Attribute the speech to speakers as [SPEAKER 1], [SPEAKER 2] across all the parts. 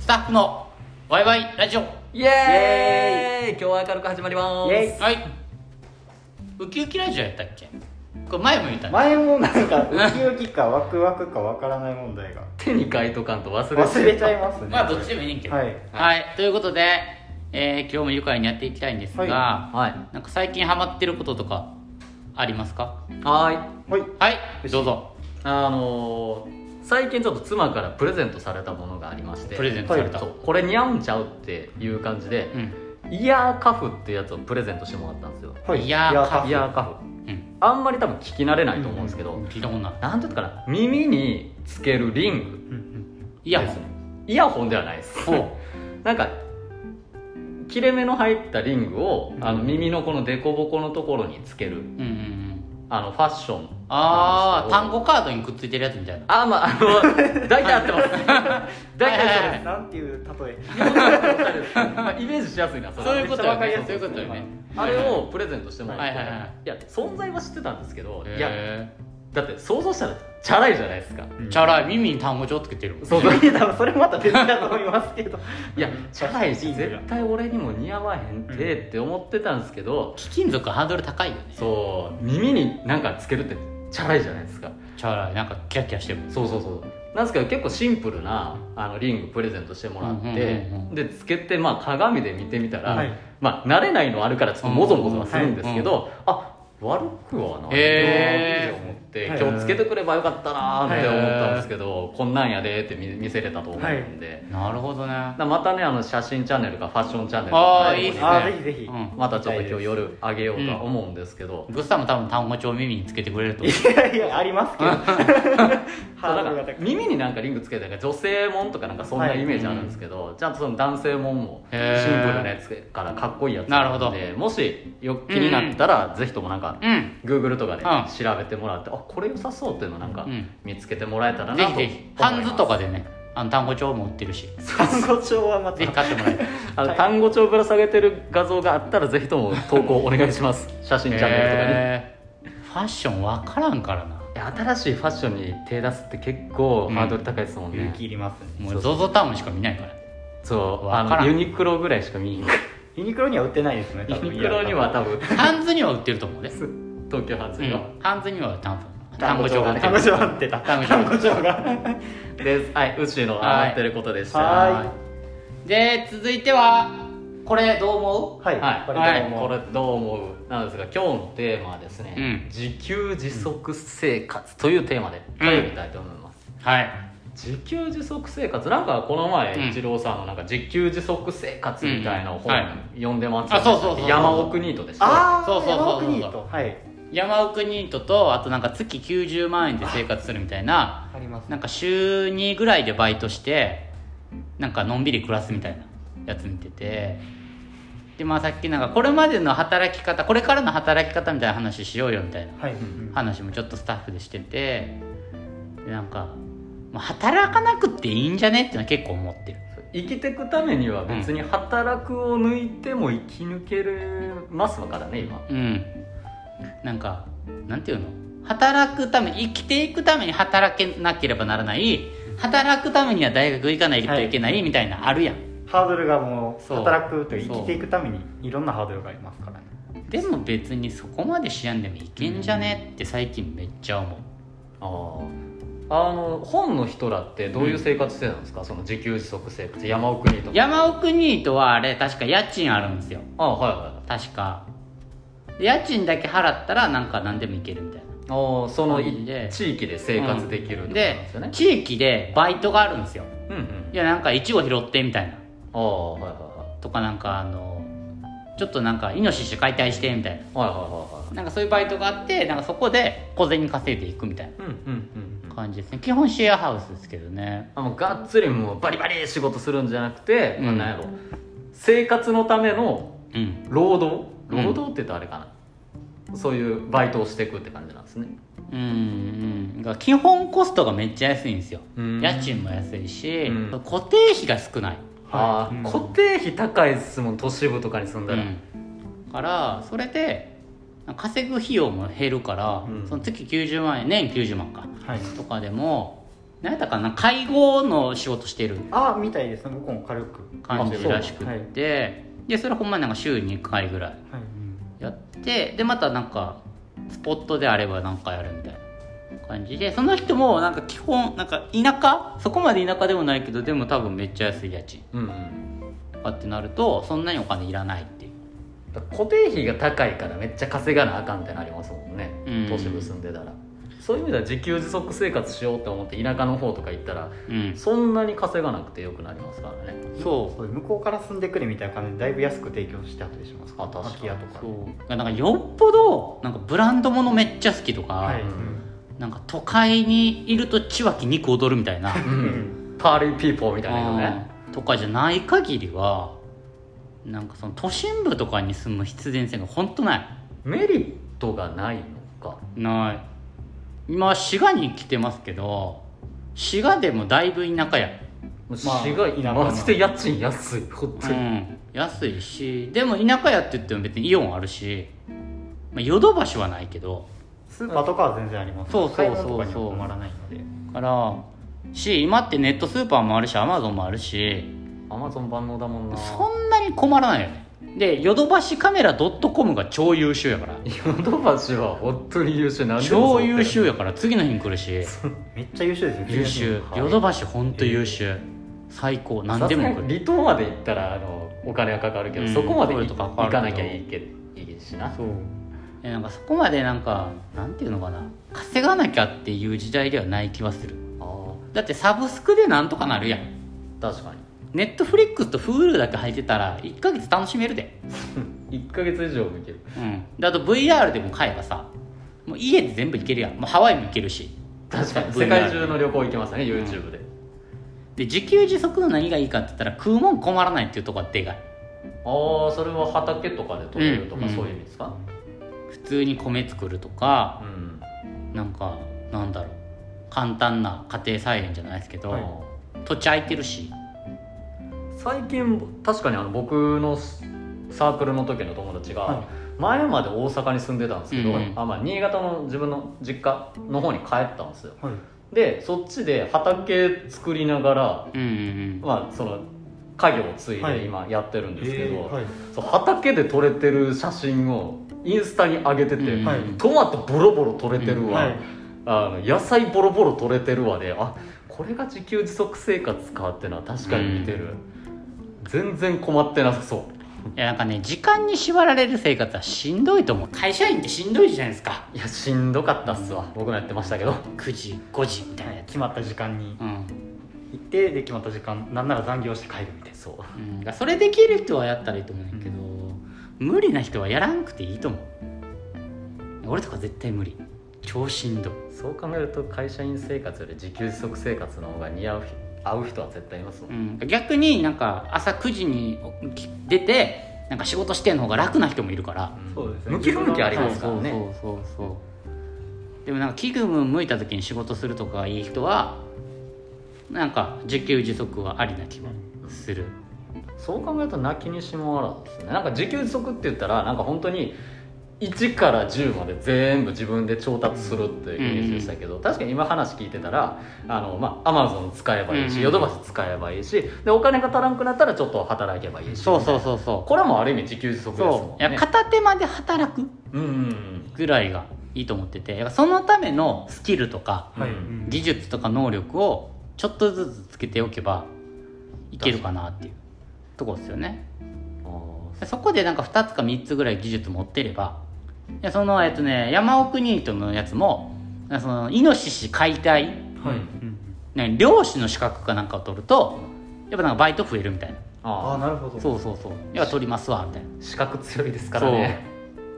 [SPEAKER 1] スタッフのワイワイラジオ
[SPEAKER 2] イエーイ今日は明るく始まりま
[SPEAKER 3] イ
[SPEAKER 2] す
[SPEAKER 3] エ
[SPEAKER 1] はいウキウキラジオやったっけこれ前も言ったね
[SPEAKER 3] 前もなんかウキウキかワクワクかわからない問題が
[SPEAKER 2] 手に書いとかんと忘れ
[SPEAKER 3] 忘れちゃ
[SPEAKER 2] い
[SPEAKER 3] いますね
[SPEAKER 1] まあどっちでもいいねんけど
[SPEAKER 3] はい
[SPEAKER 1] ということで、えー今日も愉快にやっていきたいんですが、
[SPEAKER 3] は
[SPEAKER 2] は
[SPEAKER 1] なんか最近ハマってることとかありますか
[SPEAKER 2] いは
[SPEAKER 3] はい
[SPEAKER 1] はいどうぞ
[SPEAKER 2] ーいあのー、最近ちょっと妻からプレゼントされたものがありまして
[SPEAKER 1] プレゼントされた、
[SPEAKER 2] そうこれ似合うんちゃうっていう感じで
[SPEAKER 1] う、ん
[SPEAKER 2] イヤーカフっていうやつをプレゼントしてもらったんですよ
[SPEAKER 3] はい
[SPEAKER 1] いやー
[SPEAKER 3] い
[SPEAKER 1] カフ
[SPEAKER 2] イヤーカフ
[SPEAKER 1] うん
[SPEAKER 2] あんまり多分聞き慣れないと思うんですけど、
[SPEAKER 1] 聞いたことない
[SPEAKER 2] なんていうのかな耳につけるリング
[SPEAKER 1] うんうんい
[SPEAKER 2] イ
[SPEAKER 1] や
[SPEAKER 2] ですねイヤホンではないです
[SPEAKER 1] ほう
[SPEAKER 2] なんか切れ目の入ったリングを
[SPEAKER 1] うん
[SPEAKER 2] あの耳のこの凸凹のところにつける
[SPEAKER 1] うんうんうん
[SPEAKER 2] あのファッション
[SPEAKER 1] ああ
[SPEAKER 2] な
[SPEAKER 1] 単
[SPEAKER 2] んですけど
[SPEAKER 1] 語カードにくっついてるやつみたいな
[SPEAKER 2] あーまああ の大体合ってます大体そう
[SPEAKER 1] はい
[SPEAKER 2] です
[SPEAKER 3] なんていう例え
[SPEAKER 2] まあイメージしやすいな
[SPEAKER 1] そういうことよねそうい
[SPEAKER 2] め
[SPEAKER 1] う
[SPEAKER 2] っちゃ
[SPEAKER 1] こ
[SPEAKER 2] わか
[SPEAKER 1] と
[SPEAKER 2] り
[SPEAKER 1] よ
[SPEAKER 2] やす
[SPEAKER 1] ね
[SPEAKER 2] あれをプレゼントしてもらって、
[SPEAKER 1] はい
[SPEAKER 2] い
[SPEAKER 1] はいはい
[SPEAKER 2] や存在は知ってたんですけど、いや
[SPEAKER 1] へ
[SPEAKER 2] だって想像したらチャラいじゃないですか、
[SPEAKER 1] ーチャラい耳に単語帳つけてる
[SPEAKER 2] そう
[SPEAKER 3] いや多分それまた別だと思いますけど
[SPEAKER 2] いやチャラいし絶対俺にも似合わへんてって思ってたんですけど、
[SPEAKER 1] 貴金属ハードル高いよね
[SPEAKER 2] そう耳になんかつけるってチャラいじゃないですか
[SPEAKER 1] チャラいなんかキラキラしてる
[SPEAKER 2] そうそうそうなんですけど結構シンプルなあのリングプレゼントしてもらって、
[SPEAKER 1] うんうんうんうん
[SPEAKER 2] でつけて、まあ、鏡で見てみたら、
[SPEAKER 3] はい
[SPEAKER 2] まあ慣れないのはあるからちょっともぞもぞはするんですけど、あ悪くはないな
[SPEAKER 1] へー
[SPEAKER 2] って思って、
[SPEAKER 3] はい
[SPEAKER 2] 今日つけてくればよかったなーって思ったんですけど、こんなんやでーって見見せれたと思うんで、
[SPEAKER 1] なるほどね
[SPEAKER 2] だからまたねあの写真チャンネルかファッションチャンネル
[SPEAKER 1] あ
[SPEAKER 2] か
[SPEAKER 1] ーいいっすね
[SPEAKER 3] あーぜひぜひ
[SPEAKER 1] うん
[SPEAKER 2] またちょっと今日夜あげようとは思うんですけど、
[SPEAKER 1] グッサンも多分単語帳を耳につけてくれると思う
[SPEAKER 3] いやいやありますけど
[SPEAKER 2] そう
[SPEAKER 3] ハ
[SPEAKER 2] な
[SPEAKER 3] ードルが
[SPEAKER 2] ん
[SPEAKER 3] 高
[SPEAKER 2] か
[SPEAKER 3] い
[SPEAKER 2] 耳になんかリングつけてなんか女性もんとかなんかそんなイメージあるんですけど、ちゃんとその男性もんもシンプル
[SPEAKER 1] へー
[SPEAKER 2] なやつからかっこいいやつ
[SPEAKER 1] なるほど
[SPEAKER 2] でもしよ気になったら、ぜひともなんか、
[SPEAKER 1] うん
[SPEAKER 2] グー Google とかで
[SPEAKER 1] うん
[SPEAKER 2] 調べてもらって、あこれ良さそうっていうのなんか
[SPEAKER 1] うん
[SPEAKER 2] 見つけてもらえたらなと
[SPEAKER 1] ぜ
[SPEAKER 2] 思い
[SPEAKER 1] ひ
[SPEAKER 2] ます、
[SPEAKER 1] ぜひハンズとかでねあの単語帳も売ってるし
[SPEAKER 3] 単語帳はまた
[SPEAKER 1] ぜひ買ってもら える
[SPEAKER 2] あの単語帳ぶら下げてる画像があったらぜひとも投稿お願いし ます写真チャンネルとかに、
[SPEAKER 1] へーファッション分からんからない
[SPEAKER 2] や新しいファッションに手出すって結構ハードル高いですもんね、
[SPEAKER 3] 勇気いりますね
[SPEAKER 1] もう ZOZO タウンしか見ないから
[SPEAKER 2] そう
[SPEAKER 1] わ
[SPEAKER 2] あ
[SPEAKER 1] からん
[SPEAKER 2] のユニクロぐらいしか見えんから
[SPEAKER 3] ユニクロには売ってないですね多
[SPEAKER 2] ユ
[SPEAKER 3] 分
[SPEAKER 2] ニクロには多分
[SPEAKER 1] ハンズには売ってると思うね
[SPEAKER 2] 東京発
[SPEAKER 1] うん
[SPEAKER 2] よ、
[SPEAKER 1] ハンズには多分単
[SPEAKER 3] 単
[SPEAKER 1] 語
[SPEAKER 3] 語
[SPEAKER 1] 帳
[SPEAKER 3] 帳
[SPEAKER 1] が
[SPEAKER 3] が
[SPEAKER 1] 売っ
[SPEAKER 3] ね
[SPEAKER 1] て
[SPEAKER 3] 単語
[SPEAKER 1] る
[SPEAKER 3] 帳が売ってた
[SPEAKER 1] 単
[SPEAKER 3] 単
[SPEAKER 1] 語
[SPEAKER 3] 語
[SPEAKER 1] 帳
[SPEAKER 3] 帳が
[SPEAKER 2] ですはい宇宙の
[SPEAKER 1] はい
[SPEAKER 2] 上がってることでした
[SPEAKER 3] は
[SPEAKER 1] で続いてはこれどう思う
[SPEAKER 3] はい
[SPEAKER 2] はい
[SPEAKER 3] これ
[SPEAKER 1] はい
[SPEAKER 3] どうも
[SPEAKER 2] これどう思うなんですが今日のテーマはですね、
[SPEAKER 1] うん
[SPEAKER 2] 自給自足生活というテーマで
[SPEAKER 1] うん
[SPEAKER 2] 取り上げたいと思います、
[SPEAKER 1] はい
[SPEAKER 2] 自給自足生活なんかこの前
[SPEAKER 1] うん
[SPEAKER 2] 一郎さんのなんか自給自足生活みたいな
[SPEAKER 1] うんはい
[SPEAKER 2] 本読んでます
[SPEAKER 1] あそうそうそうそう
[SPEAKER 2] 山奥ニートでした
[SPEAKER 3] ああ
[SPEAKER 1] そうそうそうそう
[SPEAKER 3] 山奥ニートはい
[SPEAKER 1] 山奥ニートとあとなんか月90万円で生活するみたいな
[SPEAKER 3] あります
[SPEAKER 1] なんか週2ぐらいでバイトしてなんかのんびり暮らすみたいなやつ見ててでまあさっきなんかこれまでの働き方これからの働き方みたいな話しようよみたいな
[SPEAKER 3] はい
[SPEAKER 1] 話もちょっとスタッフでしててでなんか、まあ、働かなくていいんじゃねっていうのは結構思ってる
[SPEAKER 2] 生きていくためには別に働くを抜いても生き抜けるますからね今
[SPEAKER 1] うんなんかなんていうの働くため生きていくために働けなければならない働くためには大学行かないといけないみたいなあるやん、
[SPEAKER 3] ハードルがもう
[SPEAKER 1] そう
[SPEAKER 3] 働くという
[SPEAKER 1] そう
[SPEAKER 3] 生きていくためにいろんなハードルがありますからね
[SPEAKER 1] でも別にそこまでしやんでもいけんじゃねって最近めっちゃ思う
[SPEAKER 2] あああの本の人らってどういう生活してたんですか、その自給自足生活山奥にとか
[SPEAKER 1] 山奥ニートはあれ確か家賃あるんですよ
[SPEAKER 2] ああはいはい
[SPEAKER 1] 確かで家賃だけ払ったらなんか何でもいけるみたいな
[SPEAKER 2] ああその
[SPEAKER 1] いいね
[SPEAKER 2] い地域で生活できるってことなん
[SPEAKER 1] で
[SPEAKER 2] ですよね、
[SPEAKER 1] 地域でバイトがあるんですよ
[SPEAKER 2] うんうん
[SPEAKER 1] いやなんかイチゴ拾ってみたいな
[SPEAKER 2] ああはいはいは
[SPEAKER 1] とかなんかあのちょっとなんかイノシシ解体してみたいない
[SPEAKER 2] はいはい
[SPEAKER 1] なんかそういうバイトがあってなんかそこで小銭稼いでいくみたい
[SPEAKER 2] はいはいうんうんうんう
[SPEAKER 1] なん感じですね基本シェアハウスですけどね
[SPEAKER 2] あもうがっつりもうバリバリ仕事するんじゃなくて、
[SPEAKER 1] うん
[SPEAKER 2] まあなんやろ生活のための
[SPEAKER 1] うん
[SPEAKER 2] 労働
[SPEAKER 1] うん
[SPEAKER 2] 労働って言ったらあれかな、そういうバイトをしていくって感じなんですね
[SPEAKER 1] うんうんが基本コストがめっちゃ安いんですよ
[SPEAKER 2] うん
[SPEAKER 1] 家賃も安いし、
[SPEAKER 2] うん
[SPEAKER 1] 固定費が少ない
[SPEAKER 2] ああ、
[SPEAKER 3] うん
[SPEAKER 2] 固定費高いですもん都市部とかに住んだら、
[SPEAKER 1] だからそれで稼ぐ費用も減るから、
[SPEAKER 2] うん
[SPEAKER 1] その月90万円年90万か
[SPEAKER 3] はい
[SPEAKER 1] とかでも何やったかな介護の仕事してる
[SPEAKER 3] あみたいですね僕も軽く
[SPEAKER 1] 感じるらしくって、
[SPEAKER 3] はい
[SPEAKER 1] でそれほんまになんか週に1回ぐらい
[SPEAKER 3] はい
[SPEAKER 1] やってでまたなんかスポットであればなんかやるみたいな感じでその人もなんか基本なんか田舎そこまで田舎でもないけどでも多分めっちゃ安い家賃
[SPEAKER 2] うんうん
[SPEAKER 1] とかってなるとそんなにお金いらないっていう
[SPEAKER 2] だから固定費が高いからめっちゃ稼がなあかんみたいなのありますもんね、
[SPEAKER 1] うん
[SPEAKER 2] 都市部住んでたらそういう意味では自給自足生活しようと思って田舎の方とか行ったら
[SPEAKER 1] うん
[SPEAKER 2] そんなに稼がなくてよくなりますからね
[SPEAKER 1] そう
[SPEAKER 3] そう向こうから住んでくれみたいな感じでだいぶ安く提供してあったりします
[SPEAKER 2] あ確かに
[SPEAKER 3] 空き家とか
[SPEAKER 1] そうなんかよっぽどなんかブランドものめっちゃ好きとか、
[SPEAKER 3] はい、
[SPEAKER 2] うん
[SPEAKER 1] なんか都会にいると千秋肉踊るみたいな
[SPEAKER 2] うんパーリーピーポーみたいなのね
[SPEAKER 1] うんとかじゃない限りはなんかその都心部とかに住む必然性が本当ない
[SPEAKER 2] メリットがないのか
[SPEAKER 1] ない今滋賀に来てますけど滋賀でもだいぶ田舎や、
[SPEAKER 2] 市が
[SPEAKER 3] 田舎の
[SPEAKER 2] マジで家賃安いほん
[SPEAKER 1] う
[SPEAKER 2] とに
[SPEAKER 1] ん、安いしでも田舎やって言っても別にイオンあるしまあヨドバシはないけど
[SPEAKER 3] スーパーとかは全然あります
[SPEAKER 1] そうそうそうそう
[SPEAKER 3] 買い物とかには困らないので
[SPEAKER 1] だからし今ってネットスーパーもあるしアマゾンもあるし
[SPEAKER 2] アマゾン万能だもんな
[SPEAKER 1] そんなに困らないよねでヨドバシカメラ .com が超優秀やから
[SPEAKER 2] ヨドバシは本当に優秀なん
[SPEAKER 1] 超優秀やから次の日に来るし
[SPEAKER 3] めっちゃ優秀ですよ
[SPEAKER 1] 優秀
[SPEAKER 2] はい
[SPEAKER 1] ヨドバシほんと優秀最高何
[SPEAKER 2] 何
[SPEAKER 1] で
[SPEAKER 2] でも
[SPEAKER 1] も来
[SPEAKER 2] 来る
[SPEAKER 1] る
[SPEAKER 2] 離島まで行ったらあのお金はかかるけど、
[SPEAKER 1] うん
[SPEAKER 2] そこまで
[SPEAKER 1] そういう
[SPEAKER 2] 行
[SPEAKER 1] と
[SPEAKER 2] か
[SPEAKER 1] こかかるけど
[SPEAKER 2] なきゃいいけいいしな
[SPEAKER 1] そうえなんかそこまでなんかなんていうのかな稼がなきゃっていう時代ではない気はする
[SPEAKER 2] あ
[SPEAKER 1] だってサブスクでなんとかなるやん
[SPEAKER 2] ー確か
[SPEAKER 1] ネットフリックスと Hulu だけ入ってたら1ヶ月楽しめるで
[SPEAKER 2] に1ヶ月以上も行ける
[SPEAKER 1] うんであと VR でも買えばさもう家で全部行けるやんもうハワイも行けるし
[SPEAKER 2] 確かに
[SPEAKER 1] VR
[SPEAKER 2] 世界中の旅行行けますね YouTube で、
[SPEAKER 1] で自給自足の何がいいかって言ったら食うもん困らないっていうとこはでかい
[SPEAKER 2] ああそれは畑とかで取れるとか、
[SPEAKER 1] うん
[SPEAKER 2] そういう意味ですか
[SPEAKER 1] 普通に米作るとか
[SPEAKER 2] うん、
[SPEAKER 1] なんかなんだろう簡単な家庭菜園じゃないですけど、
[SPEAKER 2] あー
[SPEAKER 1] 土地空いてるし
[SPEAKER 2] 最近確かにあの僕のサークルの時の友達が、
[SPEAKER 3] は
[SPEAKER 2] 前まで大阪に住んでたんですけど、
[SPEAKER 1] うん
[SPEAKER 2] あまあ、新潟の自分の実家の方に帰ったんですよ
[SPEAKER 3] はい
[SPEAKER 2] でそっちで畑作りながら、
[SPEAKER 1] うんうん
[SPEAKER 2] まあ、その家業を継い
[SPEAKER 3] は
[SPEAKER 2] で
[SPEAKER 3] い
[SPEAKER 2] 今やってるんですけど、
[SPEAKER 3] えーはい
[SPEAKER 2] そう畑で撮れてる写真をインスタに上げてて、
[SPEAKER 1] うん
[SPEAKER 3] はい
[SPEAKER 2] トマトボロボロ撮れてるわ、
[SPEAKER 3] はい
[SPEAKER 2] あの野菜ボロボロ取れてるわであこれが自給自足生活かってのは確かに似てる、全然困ってなさ
[SPEAKER 1] う
[SPEAKER 2] そ
[SPEAKER 1] んいやなんかね時間に縛られる生活はしんどいと思う会社員ってしんどいじゃないですか
[SPEAKER 2] ういやしんどかったっすわ、僕もやってましたけど
[SPEAKER 1] 9時5時みたいなやつ
[SPEAKER 3] 決まった時間に
[SPEAKER 1] うん、
[SPEAKER 3] 行ってで決まった時間なんなら残業して帰るみたいな
[SPEAKER 2] そう
[SPEAKER 1] うん、だからそれできる人はやったらいいと思うんやけど、無理な人はやらんくていいと思う俺とか絶対無理超しんどい
[SPEAKER 2] そう考えると会社員生活より自給自足生活の方が似合う人合う人は絶対いますもん、
[SPEAKER 1] うん、逆になんか朝9時に起き出てなんか仕事してんの方が楽な人もいるから
[SPEAKER 3] そうですね
[SPEAKER 2] 向き不向きありますからね
[SPEAKER 1] そうそうそうそうでもなんか気分向いた時に仕事するとかがいい人はなんか自給自足はありな気もする
[SPEAKER 2] そう考えると泣きにしもあらずですねなんか自給自足って言ったらなんか本当に1から10まで全部自分で調達するっていうイメージでしたけど、確かに今話聞いてたらあの、まあ、アマゾン使えばいい
[SPEAKER 1] うんう
[SPEAKER 2] し
[SPEAKER 1] ん
[SPEAKER 2] ヨドバシ使えばいいしでお金が足らんくなったらちょっと働けばいいし
[SPEAKER 1] そうそううそうそ
[SPEAKER 2] これもある意味自給自足
[SPEAKER 1] う
[SPEAKER 2] ですも
[SPEAKER 1] そ
[SPEAKER 2] ん
[SPEAKER 1] ういや
[SPEAKER 2] ね
[SPEAKER 1] 片手まで働く
[SPEAKER 2] うんうんうん
[SPEAKER 1] ぐらいがいいと思っててやっぱそのためのスキルとか
[SPEAKER 2] はい
[SPEAKER 3] うん
[SPEAKER 1] 技術とか能力をちょっとずつつけておけばいけるかなっていうとこですよね
[SPEAKER 2] あー
[SPEAKER 1] そこでなんか2つか3つぐらい技術持ってればでそのえっとね山奥ニートのやつもそのイノシシ解体、
[SPEAKER 2] はい
[SPEAKER 3] うん
[SPEAKER 1] ね、漁師の資格かなんかを取るとやっぱなんかバイト増えるみたいな
[SPEAKER 3] あ
[SPEAKER 2] あ
[SPEAKER 3] あなるほど
[SPEAKER 1] そうそうそうやっぱ取りますわみたいな
[SPEAKER 2] ー資格強いですからね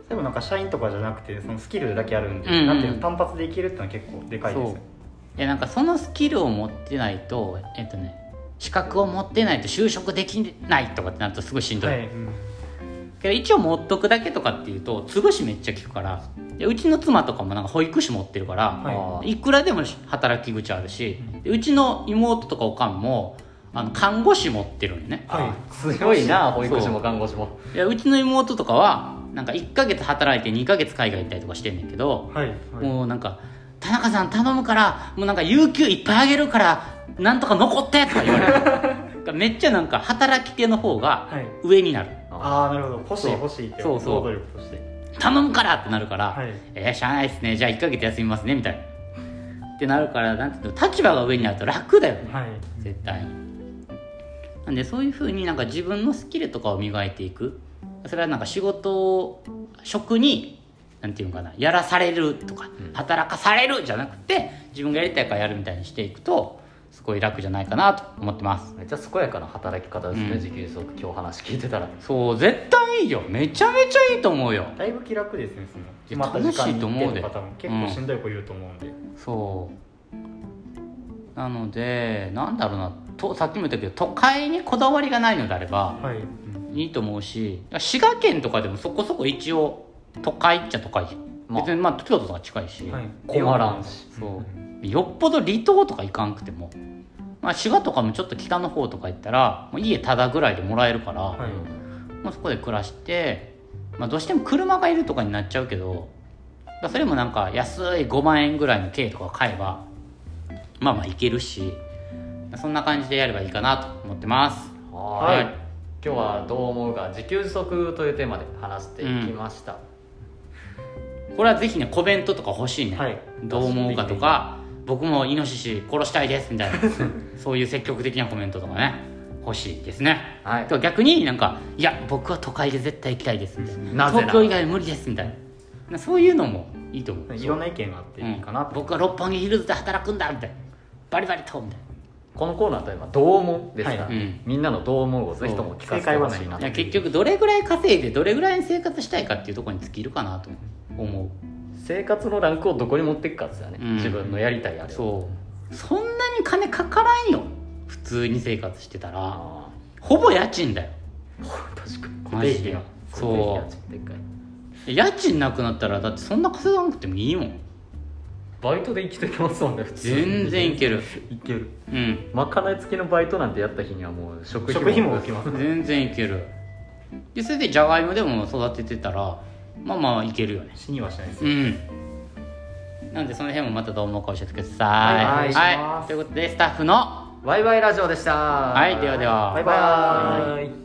[SPEAKER 3] でもなんか社員とかじゃなくてそのスキルだけあるんで、
[SPEAKER 1] うんうん
[SPEAKER 3] なんていうの単発でいけるってのは結構でかいですよ
[SPEAKER 1] そういやなんかそのスキルを持ってないとえっとね資格を持ってないと就職できないとかってなるとすごいしんどい、
[SPEAKER 3] はい、うん
[SPEAKER 1] けど一応持っとくだけとかっていうと潰しめっちゃ効くからでうちの妻とかもなんか保育士持ってるから、
[SPEAKER 3] はい
[SPEAKER 2] あー
[SPEAKER 1] いくらでも働き口あるし、でうちの妹とかおかんもあの看護師持ってるんよね
[SPEAKER 2] あー強いな保育士も看護師も
[SPEAKER 1] いやうちの妹とかはなんか1ヶ月働いて2ヶ月海外行ったりとかしてんねんけど、
[SPEAKER 3] はいはい
[SPEAKER 1] もうなんか田中さん頼むからもうなんか有給いっぱいあげるからなんとか残ってとか言われるだから めっちゃなんか働き手の方が
[SPEAKER 3] はい
[SPEAKER 1] 上になる
[SPEAKER 3] ああなるほど欲しい欲しいって
[SPEAKER 1] そうそう
[SPEAKER 3] 行動力として
[SPEAKER 1] 頼むからってなるから、
[SPEAKER 3] はい
[SPEAKER 1] えー、しゃあないですねじゃあ1ヶ月休みますねみたいなってなるからなんていうの立場が上になると楽だよね
[SPEAKER 3] はい
[SPEAKER 1] 絶対になんでそういうふうになんか自分のスキルとかを磨いていくそれはなんか仕事を職になんていうのかなやらされるとか
[SPEAKER 2] うん
[SPEAKER 1] 働かされるじゃなくて自分がやりたいからやるみたいにしていくとすごい楽じゃないかなと思ってます
[SPEAKER 2] めっちゃ健やかな働き方ですね、
[SPEAKER 1] うん
[SPEAKER 2] 自給自足今日話聞いてたら
[SPEAKER 1] そう絶対いいよめちゃめちゃいいと思うよ
[SPEAKER 3] だいぶ気楽ですねその
[SPEAKER 1] や
[SPEAKER 3] 決まった時間
[SPEAKER 1] 楽しいと思うで
[SPEAKER 3] に行ってる方も結構しんどい子いると思うんで、
[SPEAKER 1] そうなのでなんだろうなとさっきも言ったけど都会にこだわりがないのであれば
[SPEAKER 3] はい、
[SPEAKER 1] いいと思うし滋賀県とかでもそこそこ一応都会っちゃ都会、
[SPEAKER 2] まあ
[SPEAKER 1] 別にまあ京都とか近いし、
[SPEAKER 3] はい、
[SPEAKER 2] 困らんし
[SPEAKER 1] そうよっぽど離島とか行かんくても、まあ、滋賀とかもちょっと北の方とか行ったらもう家タダぐらいでもらえるから、
[SPEAKER 3] はい
[SPEAKER 1] もうそこで暮らして、まあ、どうしても車がいるとかになっちゃうけどだからそれもなんか安い5万円ぐらいの軽とか買えばまあまあいけるしそんな感じでやればいいかなと思ってます
[SPEAKER 2] はい
[SPEAKER 1] はい
[SPEAKER 2] 今日はどう思うか自給自足というテーマで話していきました、
[SPEAKER 1] これはぜひねコメントとか欲しいね、
[SPEAKER 3] はい
[SPEAKER 1] どう思うかとか僕もイノシシ殺したいですみたいなそういう積極的なコメントとかね欲しいですね
[SPEAKER 2] はい
[SPEAKER 1] と逆になんか「いや僕は都会で絶対行きたいです」みたいな
[SPEAKER 2] なぜなら
[SPEAKER 1] 東京以外無理です」みたいなそういうのもいいと思う
[SPEAKER 3] いろんな意見があっていいかな
[SPEAKER 1] うん
[SPEAKER 3] と、
[SPEAKER 1] 僕は六本木ヒルズで働くんだみたいなバリバリとみたい
[SPEAKER 2] このコーナーといえば「どう思う」ですから、
[SPEAKER 1] はいうん
[SPEAKER 2] みんなの「どう思う」をぜひとも聞かせてほしいな
[SPEAKER 1] ないや結局どれぐらい稼いでどれぐらいに生活したいかっていうところに尽きるかなと思う
[SPEAKER 2] 生活のランクをどこに持っていくかですよね、
[SPEAKER 1] うん
[SPEAKER 2] 自分のやりたいあれを
[SPEAKER 1] そうそんなに金かからんよ普通に生活してたら
[SPEAKER 2] あ
[SPEAKER 1] ほぼ家賃だよ
[SPEAKER 2] あ確かに固
[SPEAKER 1] マ
[SPEAKER 2] 定
[SPEAKER 1] ジ
[SPEAKER 2] 費
[SPEAKER 1] で
[SPEAKER 2] が
[SPEAKER 1] そう
[SPEAKER 2] 固定費がちょっとでっかい
[SPEAKER 1] 家賃なくなったらだってそんな稼がなくてもいいもん
[SPEAKER 2] バイトで生きていけますもんね普通に
[SPEAKER 1] 全然いける
[SPEAKER 2] いける
[SPEAKER 1] うん
[SPEAKER 2] まかない付きのバイトなんてやった日にはもう食費
[SPEAKER 3] 食費も浮きます
[SPEAKER 1] 全然いけるでそれでじゃがいもでも育ててたらまあまあいけるよね
[SPEAKER 3] 死にはしないです
[SPEAKER 1] うんなんでその辺もまたどう思うか教えてください
[SPEAKER 2] はいお願いし
[SPEAKER 3] ます
[SPEAKER 1] はいということでスタッフの
[SPEAKER 2] ワイワイラジオでした
[SPEAKER 1] はいではでは
[SPEAKER 3] バイバーイ
[SPEAKER 2] バイバイ